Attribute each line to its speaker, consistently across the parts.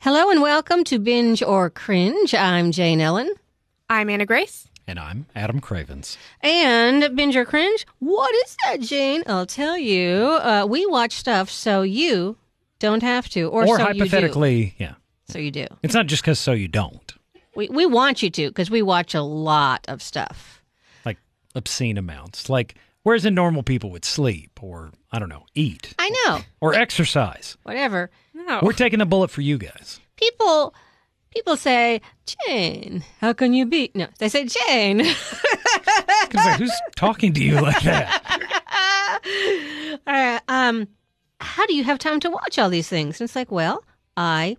Speaker 1: Hello and welcome to Binge or Cringe. I'm Jane Ellen.
Speaker 2: I'm Anna Grace.
Speaker 3: And I'm Adam Cravens.
Speaker 1: And Binge or Cringe, what is that, Jane? I'll tell you. Uh, we watch stuff so you don't have to, or, so you
Speaker 3: hypothetically, yeah.
Speaker 1: do. So you do.
Speaker 3: It's not just because so you don't.
Speaker 1: We we want you to because we watch a lot of stuff.
Speaker 3: Like obscene amounts. Like, whereas in normal people would sleep or, I don't know, eat
Speaker 1: I know.
Speaker 3: or exercise.
Speaker 1: Whatever.
Speaker 2: No.
Speaker 3: We're taking the bullet for you guys.
Speaker 1: People people say, Jane, how can you be? No, they say Jane.
Speaker 3: 'Cause, like, who's talking to you like that?
Speaker 1: uh, um, how do you have time to watch all these things? And it's like, well, I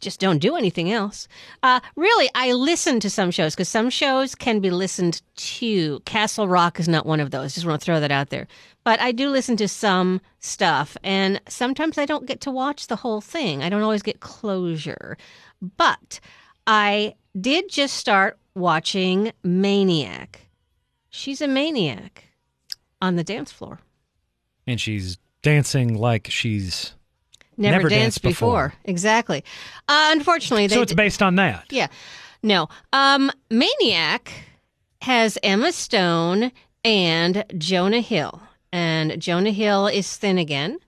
Speaker 1: just don't do anything else. Uh, really, I listen to some shows because some shows can be listened to. Castle Rock is not one of those. Just want to throw that out there. But I do listen to some stuff, and sometimes I don't get to watch the whole thing. I don't always get closure. But I did just start watching Maniac. She's a maniac on the dance floor.
Speaker 3: And she's dancing like she's.
Speaker 1: Never,
Speaker 3: Never
Speaker 1: danced,
Speaker 3: danced
Speaker 1: before.
Speaker 3: before.
Speaker 1: Exactly. Uh, unfortunately, they
Speaker 3: So it's
Speaker 1: d-
Speaker 3: based on that.
Speaker 1: yeah, no. Um, Maniac has Emma Stone and Jonah Hill, and Jonah Hill is thin again,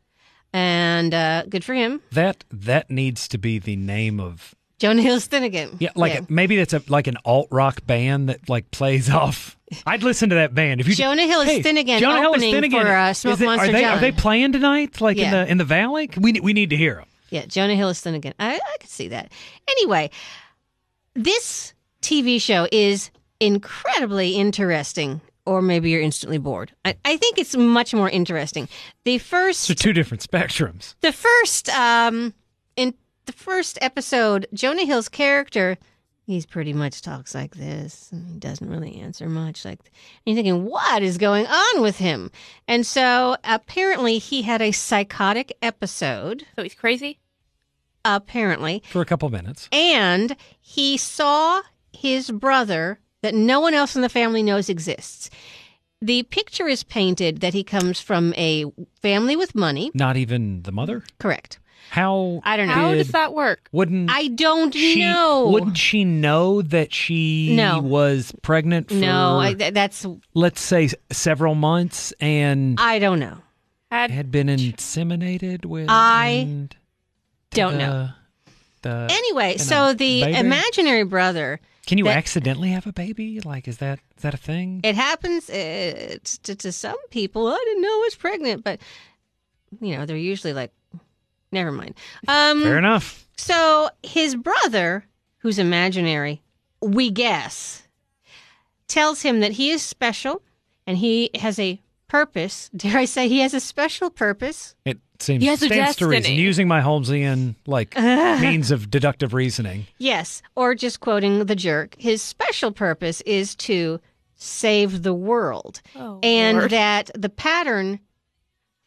Speaker 1: and uh, good for him.
Speaker 3: That that needs to be the name of
Speaker 1: Jonah Hill's thin again.
Speaker 3: yeah, like maybe that's a, like an alt rock band that like plays off. I'd listen to that band if you.
Speaker 1: Jonah Hill is
Speaker 3: Hey,
Speaker 1: thin again.
Speaker 3: Jonah Hill is
Speaker 1: opening
Speaker 3: thin again.
Speaker 1: for uh,
Speaker 3: Is
Speaker 1: Smoke
Speaker 3: it-
Speaker 1: Monster
Speaker 3: are they,
Speaker 1: John.
Speaker 3: Are they playing tonight? Like
Speaker 1: Yeah.
Speaker 3: in the in the valley? We ne- we need to hear them.
Speaker 1: Yeah, Jonah Hill is thin again. I, I could see that. Anyway, this TV show is incredibly interesting, or maybe you're instantly bored. I, I think it's much more interesting. The
Speaker 3: So
Speaker 1: first,
Speaker 3: two different spectrums.
Speaker 1: the first, um, in the first episode, Jonah Hill's character. He's pretty much talks like this, and he doesn't really answer much. Like, and you're thinking, what is going on with him? And so, apparently, he had a psychotic episode.
Speaker 2: So he's crazy.
Speaker 1: Apparently,
Speaker 3: for a couple minutes.
Speaker 1: and he saw his brother that no one else in the family knows exists. The picture is painted that he comes from a family with money.
Speaker 3: Not even the mother.
Speaker 1: Correct.
Speaker 3: How
Speaker 1: I don't know.
Speaker 2: How
Speaker 3: Did-
Speaker 2: does that work?
Speaker 3: wouldn't
Speaker 1: I don't
Speaker 3: she?
Speaker 1: know.
Speaker 3: Wouldn't she know that she
Speaker 1: No.
Speaker 3: was pregnant? For,
Speaker 1: no, I, th- that's
Speaker 3: let's say s- several months and
Speaker 1: I don't know.
Speaker 2: Had,
Speaker 3: had been inseminated with.
Speaker 1: I
Speaker 3: and
Speaker 1: don't
Speaker 3: the-
Speaker 1: know.
Speaker 3: the-
Speaker 1: Anyway,
Speaker 3: Uh, And
Speaker 1: so
Speaker 3: a
Speaker 1: the
Speaker 3: baby?
Speaker 1: imaginary brother.
Speaker 3: can you
Speaker 1: that-
Speaker 3: accidentally have a baby? Like, is that is that a thing?
Speaker 1: It happens uh, to, to some people. I didn't know I was pregnant, but you know they're usually like, never mind. Um,
Speaker 3: Fair enough.
Speaker 1: So his brother, who's imaginary, we guess, tells him that he is special and he has a purpose. Dare I say he has a special purpose?
Speaker 3: It seems
Speaker 2: He has a
Speaker 3: stands to reason.
Speaker 2: destiny.
Speaker 3: Using my Holmesian like means of deductive reasoning.
Speaker 1: Yes, or just quoting the jerk, his special purpose is to save the world.
Speaker 2: Oh,
Speaker 1: and
Speaker 2: Lord.
Speaker 1: that the pattern,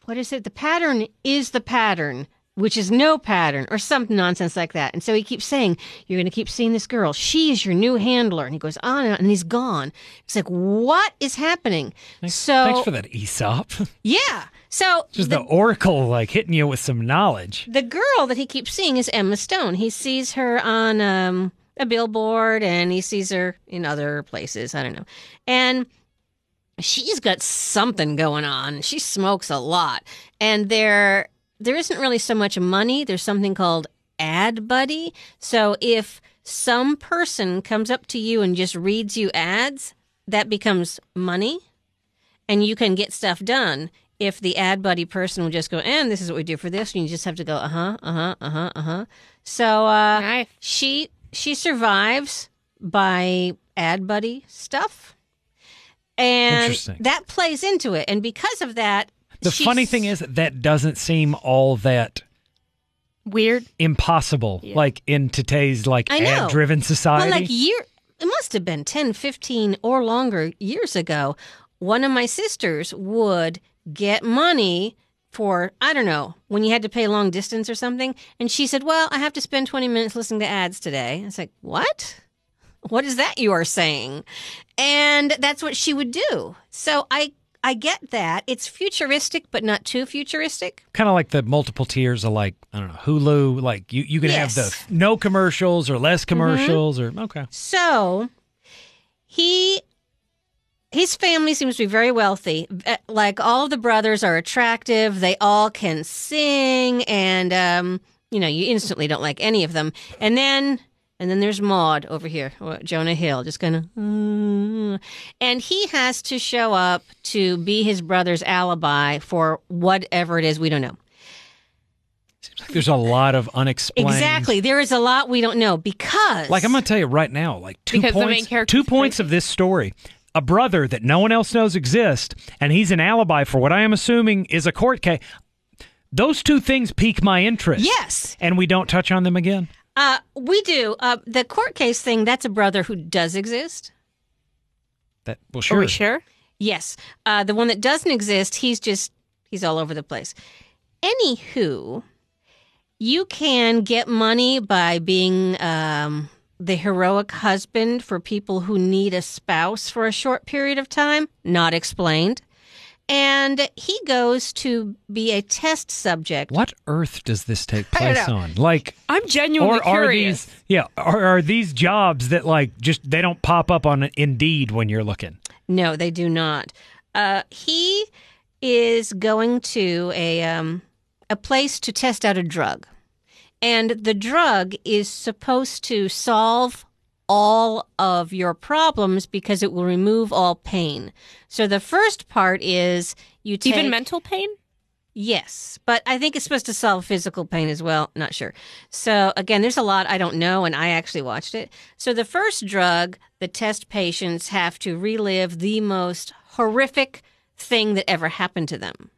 Speaker 1: what is it? The pattern is the pattern, which is no pattern, or some nonsense like that. And so he keeps saying, You're going to keep seeing this girl. She is your new handler. And he goes on and on, and he's gone. It's like, What is happening? so,
Speaker 3: Thanks for that, Aesop.
Speaker 1: yeah. So
Speaker 3: Just the oracle like hitting you with some knowledge.
Speaker 1: the girl that he keeps seeing is Emma Stone. He sees her on um, a billboard and he sees her in other places. I don't know. And she's got something going on. She smokes a lot. And there there isn't really so much money. There's something called ad buddy. So if some person comes up to you and just reads you ads, that becomes money and you can get stuff done if the ad buddy person will just go, and this is what we do for this, and you just have to go, uh huh, uh huh, uh huh, uh huh. So uh,
Speaker 2: Nice.
Speaker 1: she she survives by ad buddy stuff, and
Speaker 3: Interesting.
Speaker 1: that plays into it. And because of that,
Speaker 3: The
Speaker 1: she's-
Speaker 3: funny thing is that doesn't seem all that
Speaker 2: Weird.
Speaker 3: impossible like in today's like
Speaker 1: I know.
Speaker 3: ad-driven society.
Speaker 1: Well, like year, it must have been 10, 15 or longer years ago. One of my sisters would get money for I don't know when you had to pay long distance or something, and she said, "Well, I have to spend twenty minutes listening to ads today." It's like what? What is that you are saying? And that's what she would do. So I I get that. It's futuristic, but not too futuristic.
Speaker 3: Kind of like the multiple tiers of like I don't know Hulu. Like you, you can have
Speaker 1: Yes. Mm-hmm.
Speaker 3: the no commercials or less commercials or okay.
Speaker 1: So he his family seems to be very wealthy. Uh, Like all of the brothers are attractive. They all can sing and um you know, you instantly don't like any of them. And then and then there's Maud over here, or Jonah Hill, just gonna, "Mm." and he has to show up to be his brother's alibi for whatever it is we don't know.
Speaker 3: Seems like there's a lot of unexplained.
Speaker 1: Exactly, there is a lot we don't know because
Speaker 3: Like I'm gonna tell you right now, like two
Speaker 2: Because the main
Speaker 3: points,
Speaker 2: character's
Speaker 3: two points of this story. A brother that no one else knows exists, and he's an alibi for what I am assuming is a court case. Those two things pique my interest.
Speaker 1: yes.
Speaker 3: And we don't touch on them again.
Speaker 1: Uh, we do. Uh, the court case thing, that's a brother who does exist.
Speaker 3: That well
Speaker 2: Are
Speaker 3: sure.
Speaker 2: we sure?
Speaker 1: Yes. Uh, the one that doesn't exist, he's just, he's all over the place. Anywho, you can get money by being um, the heroic husband for people who need a spouse for a short period of time, not explained. And he goes to be a test subject.
Speaker 3: What earth does this take
Speaker 1: I don't
Speaker 3: place
Speaker 1: know.
Speaker 3: on? Like
Speaker 2: I'm genuinely
Speaker 3: or are
Speaker 2: curious.
Speaker 3: these yeah, are, are these jobs that like just they don't pop up on Indeed when you're looking?
Speaker 1: No, they do not. Uh, he is going to a um, a place to test out a drug, and the drug is supposed to solve all of your problems because it will remove all pain. So the first part is you take
Speaker 2: Even mental pain?
Speaker 1: Yes, but I think it's supposed to solve physical pain as well. Not sure. So, again, there's a lot I don't know, and I actually watched it. So, the first drug, the test patients have to relive the most horrific thing that ever happened to them.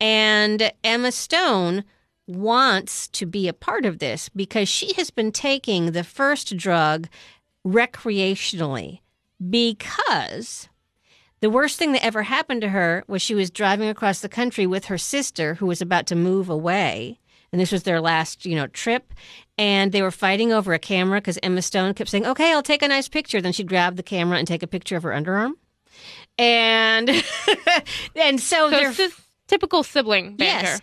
Speaker 1: And Emma Stone wants to be a part of this because she has been taking the first drug recreationally because the worst thing that ever happened to her was she was driving across the country with her sister who was about to move away. And this was their last, you know, trip. And they were fighting over a camera because Emma Stone kept saying, okay, I'll take a nice picture. Then she'd grab the camera and take a picture of her underarm. And and so,
Speaker 2: So
Speaker 1: they're
Speaker 2: it's just typical sibling
Speaker 1: Yes,
Speaker 2: banter.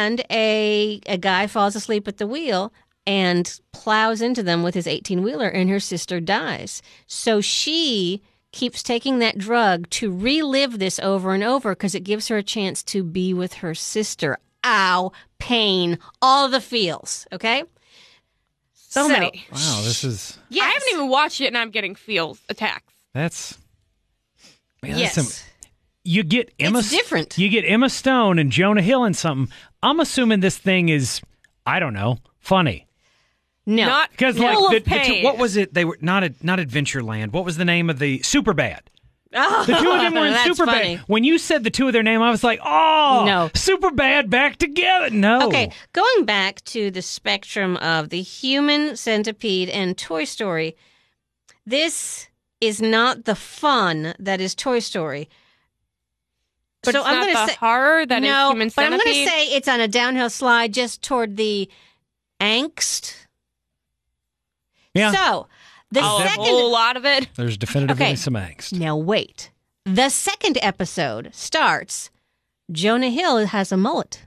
Speaker 1: and a a guy falls asleep at the wheel and plows into them with his eighteen wheeler, and her sister dies. So she keeps taking that drug to relive this over and over because it gives her a chance to be with her sister. Ow, pain, all the feels. Okay,
Speaker 2: So, many.
Speaker 3: Wow, this is
Speaker 1: Yes.
Speaker 2: I haven't even watched it and I'm getting feels attacks.
Speaker 3: that's man, that's
Speaker 1: Yes,
Speaker 3: some- you get Emma
Speaker 1: It's different.
Speaker 3: You get Emma Stone and Jonah Hill and something. I'm assuming this thing is I don't know, funny.
Speaker 1: no,
Speaker 2: Not
Speaker 3: Because
Speaker 2: full
Speaker 3: like
Speaker 2: of
Speaker 3: the, the two-
Speaker 2: pain.
Speaker 3: what was it? They were not a, not Adventureland. What was the name of the Superbad? The two of them were in
Speaker 1: Oh, That's
Speaker 3: Superbad.
Speaker 1: funny.
Speaker 3: When you said the two of their name, I was like, "Oh,
Speaker 1: No.
Speaker 3: Superbad back together." No.
Speaker 1: Okay, going back to the spectrum of the human centipede and Toy Story, this is not the fun that is Toy Story.
Speaker 2: But
Speaker 1: so
Speaker 2: it's
Speaker 1: I'm
Speaker 2: not
Speaker 1: gonna
Speaker 2: the
Speaker 1: say
Speaker 2: horror that is
Speaker 1: no,
Speaker 2: human
Speaker 1: but I'm
Speaker 2: centipede.
Speaker 1: going to say it's on a downhill slide just toward the angst.
Speaker 3: Yeah.
Speaker 1: So the
Speaker 2: Oh, a
Speaker 1: second
Speaker 2: whole lot of it.
Speaker 3: There's definitively
Speaker 1: Okay.
Speaker 3: some angst.
Speaker 1: now wait. The second episode starts. Jonah Hill has a mullet.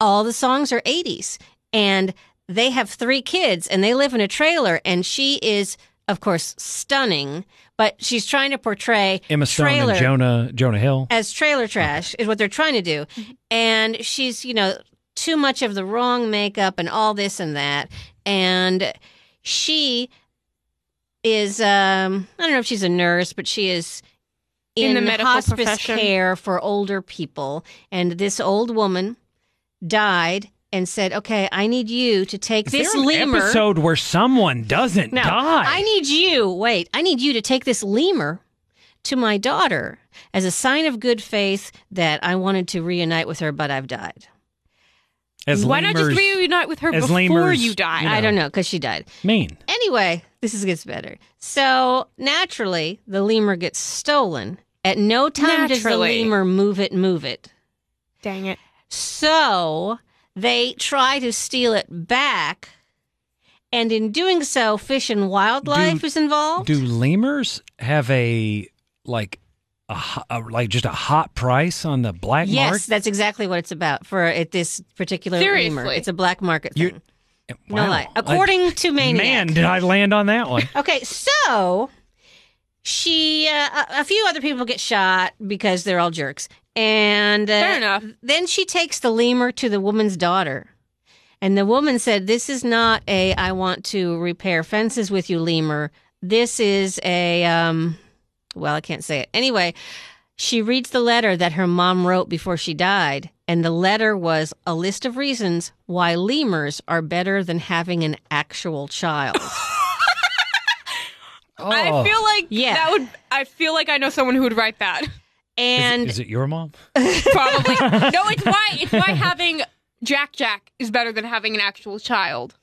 Speaker 1: All the songs are 80s. And they have three kids and they live in a trailer. And she is, of course, stunning, but she's trying to portray
Speaker 3: Emma Stone
Speaker 1: trailer
Speaker 3: and Jonah Jonah Hill.
Speaker 1: as trailer trash is what they're trying to do.
Speaker 3: Mm-hmm.
Speaker 1: And she's, you know, too much of the wrong makeup and all this and that. And she is um I don't know if she's a nurse, but she is in,
Speaker 2: In the medical
Speaker 1: hospice
Speaker 2: profession.
Speaker 1: care for older people. And this old woman died and said, "Okay, I need you to take
Speaker 3: Is
Speaker 1: this
Speaker 3: there an
Speaker 1: lemur."
Speaker 3: episode where someone doesn't
Speaker 1: No,
Speaker 3: die.
Speaker 1: I need you. Wait, I need you to take this lemur to my daughter as a sign of good faith that I wanted to reunite with her, but I've died.
Speaker 3: as
Speaker 2: Why not
Speaker 3: lemurs
Speaker 2: just reunite with her
Speaker 3: as
Speaker 2: before
Speaker 3: lemurs,
Speaker 2: you die?
Speaker 3: you
Speaker 1: I don't know because she died.
Speaker 3: mean.
Speaker 1: Anyway, this is, gets better. So naturally, the lemur gets stolen. At no time does the
Speaker 2: Naturally.
Speaker 1: lemur move it, move it.
Speaker 2: Dang it.
Speaker 1: So they try to steal it back. And in doing so, fish and wildlife is involved.
Speaker 3: Do lemurs have a like a, ho- a like just a hot price on the black
Speaker 1: yes,
Speaker 3: market?
Speaker 1: that's exactly what it's about for at this particular rumor.
Speaker 2: Seriously?
Speaker 1: It's a black market
Speaker 3: You-
Speaker 1: thing.
Speaker 3: Wow.
Speaker 1: No lie.
Speaker 3: I-
Speaker 1: According to Maniac.
Speaker 3: man, did I land on that one?
Speaker 1: Okay, so she, uh, a, a few other people get shot because they're all jerks, and uh,
Speaker 2: Fair enough.
Speaker 1: Then she takes the lemur to the woman's daughter, and the woman said, "This is not a I want to repair fences with you lemur. This is a um, well, I can't say it anyway." She reads the letter that her mom wrote before she died, and the letter was a list of reasons why lemurs are better than having an actual child.
Speaker 3: Oh.
Speaker 2: I feel like
Speaker 1: Yeah.
Speaker 2: that would. I feel like I know someone who would write that.
Speaker 3: Is it-
Speaker 1: And
Speaker 3: is it your mom?
Speaker 2: Probably. no, it's why. It's why having Jack Jack is better than having an actual child.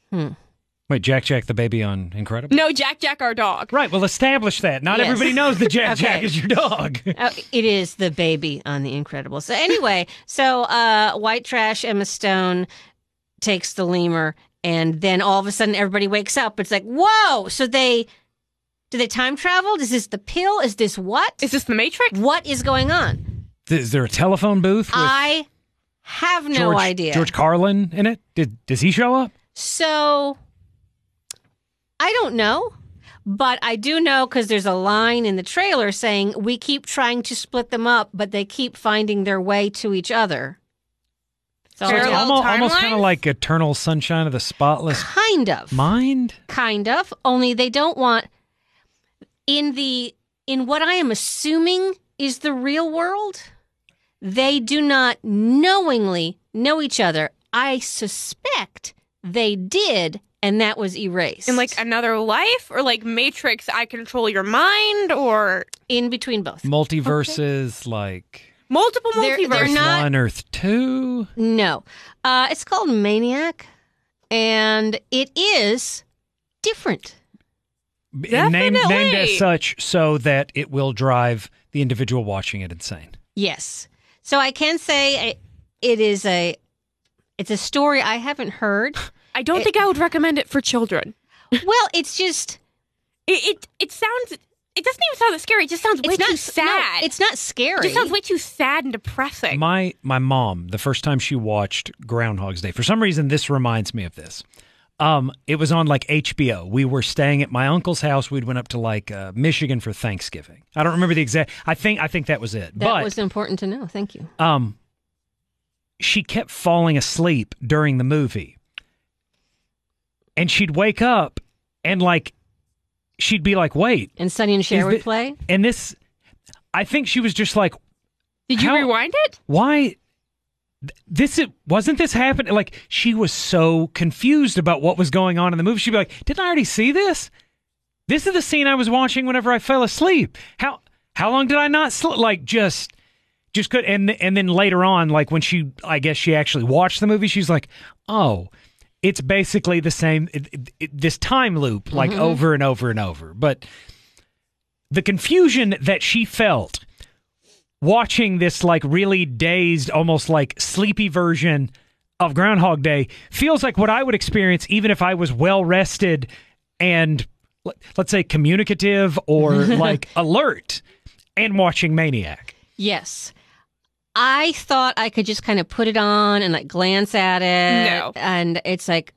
Speaker 3: Wait, Jack Jack the baby on Incredible.
Speaker 2: No, Jack Jack our dog.
Speaker 3: Right. Well, establish that. Not
Speaker 1: Yes.
Speaker 3: everybody knows that Jack
Speaker 1: Okay.
Speaker 3: Jack is your dog.
Speaker 1: Oh, it is the baby on The Incredibles. So anyway, so uh, white trash Emma Stone takes the lemur, and then all of a sudden everybody wakes up. It's like whoa! So they do they time travel? Is this the pill? Is this what?
Speaker 2: Is this the Matrix?
Speaker 1: What is going on?
Speaker 3: Is there a telephone booth with
Speaker 1: I have no
Speaker 3: George,
Speaker 1: idea.
Speaker 3: George Carlin in it? Did does he show up?
Speaker 1: So I don't know, but I do know because there's a line in the trailer saying we keep trying to split them up, but they keep finding their way to each other. So
Speaker 2: Parallel
Speaker 1: yeah,
Speaker 3: almost almost
Speaker 2: timelines?
Speaker 3: kind of like Eternal Sunshine of the Spotless
Speaker 1: kind of,
Speaker 3: Mind.
Speaker 1: kind of. Only they don't want in the in what I am assuming is the real world. They do not knowingly know each other. I suspect they did, and that was erased.
Speaker 2: In like another life, or like Matrix, I control your mind, or
Speaker 1: in between both.
Speaker 3: Multiverses like
Speaker 2: multiple
Speaker 1: They're-
Speaker 2: multiverses.
Speaker 1: they're
Speaker 3: Earth
Speaker 1: not-
Speaker 3: One, Earth Two.
Speaker 1: No. Uh, it's called Maniac, and it is different.
Speaker 3: B- and Named, named as
Speaker 2: Definitely.
Speaker 3: such so that it will drive the individual watching it insane.
Speaker 1: Yes. So I can say it- it is a it's a story I haven't heard.
Speaker 2: I don't
Speaker 1: It-
Speaker 2: think I would recommend it for children.
Speaker 1: well, it's just
Speaker 2: It it, it sounds. It doesn't even sound that scary. It just sounds way
Speaker 1: it's not
Speaker 2: too
Speaker 1: no,
Speaker 2: sad.
Speaker 1: it's not scary.
Speaker 2: it just sounds way too sad and depressing.
Speaker 3: My my mom, the first time she watched Groundhog's Day, for some reason this reminds me of this. Um, it was on like HBO. We were staying at my uncle's house. We'd went up to like uh, Michigan for Thanksgiving. I don't remember the exact. I think I think that was it.
Speaker 1: that
Speaker 3: but
Speaker 1: was important to know. Thank you.
Speaker 3: um, she kept falling asleep during the movie, and she'd wake up and like she'd be like, "Wait,"
Speaker 1: And Sonny and Cher
Speaker 3: Is
Speaker 1: would
Speaker 3: the-
Speaker 1: play.
Speaker 3: and this. I think she was just like,
Speaker 2: Did you
Speaker 3: How-
Speaker 2: rewind it?
Speaker 3: why th- this it wasn't this happening like she was so confused about what was going on in the movie she'd be like didn't i already see this this is the scene i was watching whenever i fell asleep how how long did i not sleep like just just could and and then later on like when she i guess she actually watched the movie she's like oh it's basically the same it, it- it- this time loop like over and over and over but the confusion that she felt watching this like really dazed, almost like sleepy version of Groundhog Day feels like what I would experience even if I was well rested and let- let's say communicative or like alert and watching Maniac.
Speaker 1: Yes. I thought I could just kind of put it on and like glance at it.
Speaker 2: No.
Speaker 1: And it's like,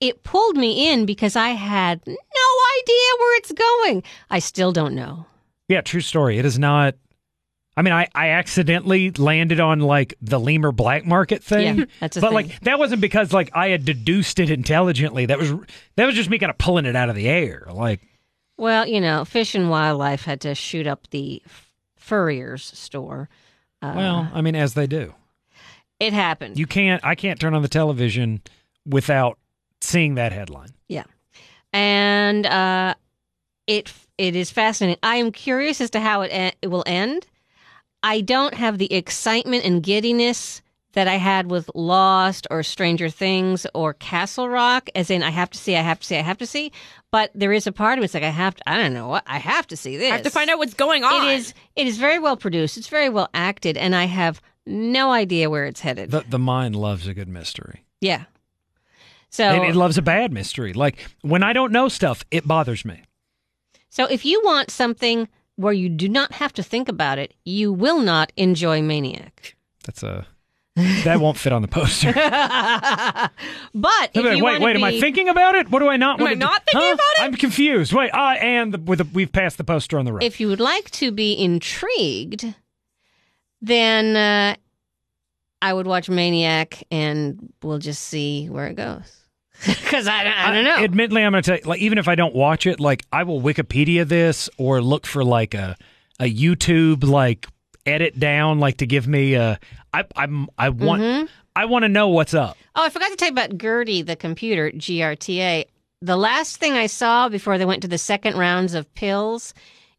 Speaker 1: it pulled me in because I had no idea where it's going. I still don't know.
Speaker 3: Yeah, true story. It is not. I mean, I, I accidentally landed on like the lemur black market thing.
Speaker 1: Yeah, that's a
Speaker 3: but
Speaker 1: thing.
Speaker 3: like that wasn't because like I had deduced it intelligently. That was that was just me kind of pulling it out of the air. Like
Speaker 1: Well, you know, Fish and Wildlife had to shoot up the f- Furrier's store. Uh,
Speaker 3: well, I mean, as they do.
Speaker 1: it happened.
Speaker 3: You can't. I can't turn on the television without seeing that headline.
Speaker 1: and uh, it it is fascinating. I am curious as to how it, en- it will end. I don't have the excitement and giddiness that I had with Lost or Stranger Things or Castle Rock, as in I have to see, I have to see, I have to see. But there is a part of it, it's like I have to. I don't know what I have to see this.
Speaker 2: I have to find out what's going on.
Speaker 1: It is it is very well produced. It's very well acted, and I have no idea where it's headed.
Speaker 3: The the mind loves a good mystery.
Speaker 1: yeah. So
Speaker 3: It, it loves a bad mystery. Like when I don't know stuff, it bothers me.
Speaker 1: So if you want something where you do not have to think about it, you will not enjoy Maniac.
Speaker 3: That's a that won't fit on the poster.
Speaker 1: but if
Speaker 3: wait,
Speaker 1: you
Speaker 3: wait,
Speaker 1: wanna
Speaker 3: wait am I
Speaker 1: be-
Speaker 3: thinking about it? What do I not?
Speaker 2: Am
Speaker 3: want
Speaker 2: I
Speaker 3: to
Speaker 2: not
Speaker 3: do?
Speaker 2: thinking
Speaker 3: Huh?
Speaker 2: about it?
Speaker 3: I'm confused. Wait, ah, and the, with the, we've passed the poster on the right.
Speaker 1: if you would like to be intrigued, then uh, I would watch Maniac, and we'll just see where it goes. Because I, I don't know.
Speaker 3: admittedly, I'm going to tell you, like, even if I don't watch it, like, I will Wikipedia this or look for like a a YouTube like edit down, like to give me a. I I'm I want
Speaker 1: Mm-hmm.
Speaker 3: I want to know what's up.
Speaker 1: oh, I forgot to tell you about Gertie, the computer GRTA. The last thing I saw before they went to the second rounds of pills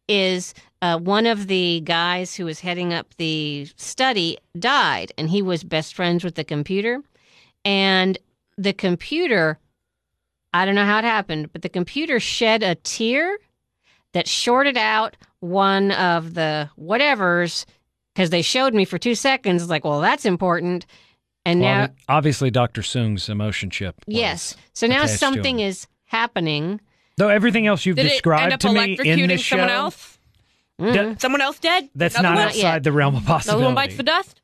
Speaker 1: is uh, one of the guys who was heading up the study died, and he was best friends with the computer. And the computer, I don't know how it happened, but the computer shed a tear that shorted out one of the whatevers because they showed me for two seconds. Like, well, that's important. And now,
Speaker 3: Well, obviously, Doctor Soong's emotion chip. was-
Speaker 1: yes. So now
Speaker 3: attached to
Speaker 1: something
Speaker 3: him.
Speaker 1: is happening.
Speaker 3: Though everything else you've
Speaker 2: Did it end
Speaker 3: described
Speaker 2: up
Speaker 3: to me in
Speaker 2: electrocuting
Speaker 3: this show,
Speaker 2: someone else?
Speaker 1: Mm.
Speaker 3: that-
Speaker 2: Someone else dead?
Speaker 3: that's
Speaker 2: Another
Speaker 3: not
Speaker 2: one?
Speaker 1: else.
Speaker 3: outside the realm of
Speaker 2: Another
Speaker 3: possibility.
Speaker 2: one bites the dust?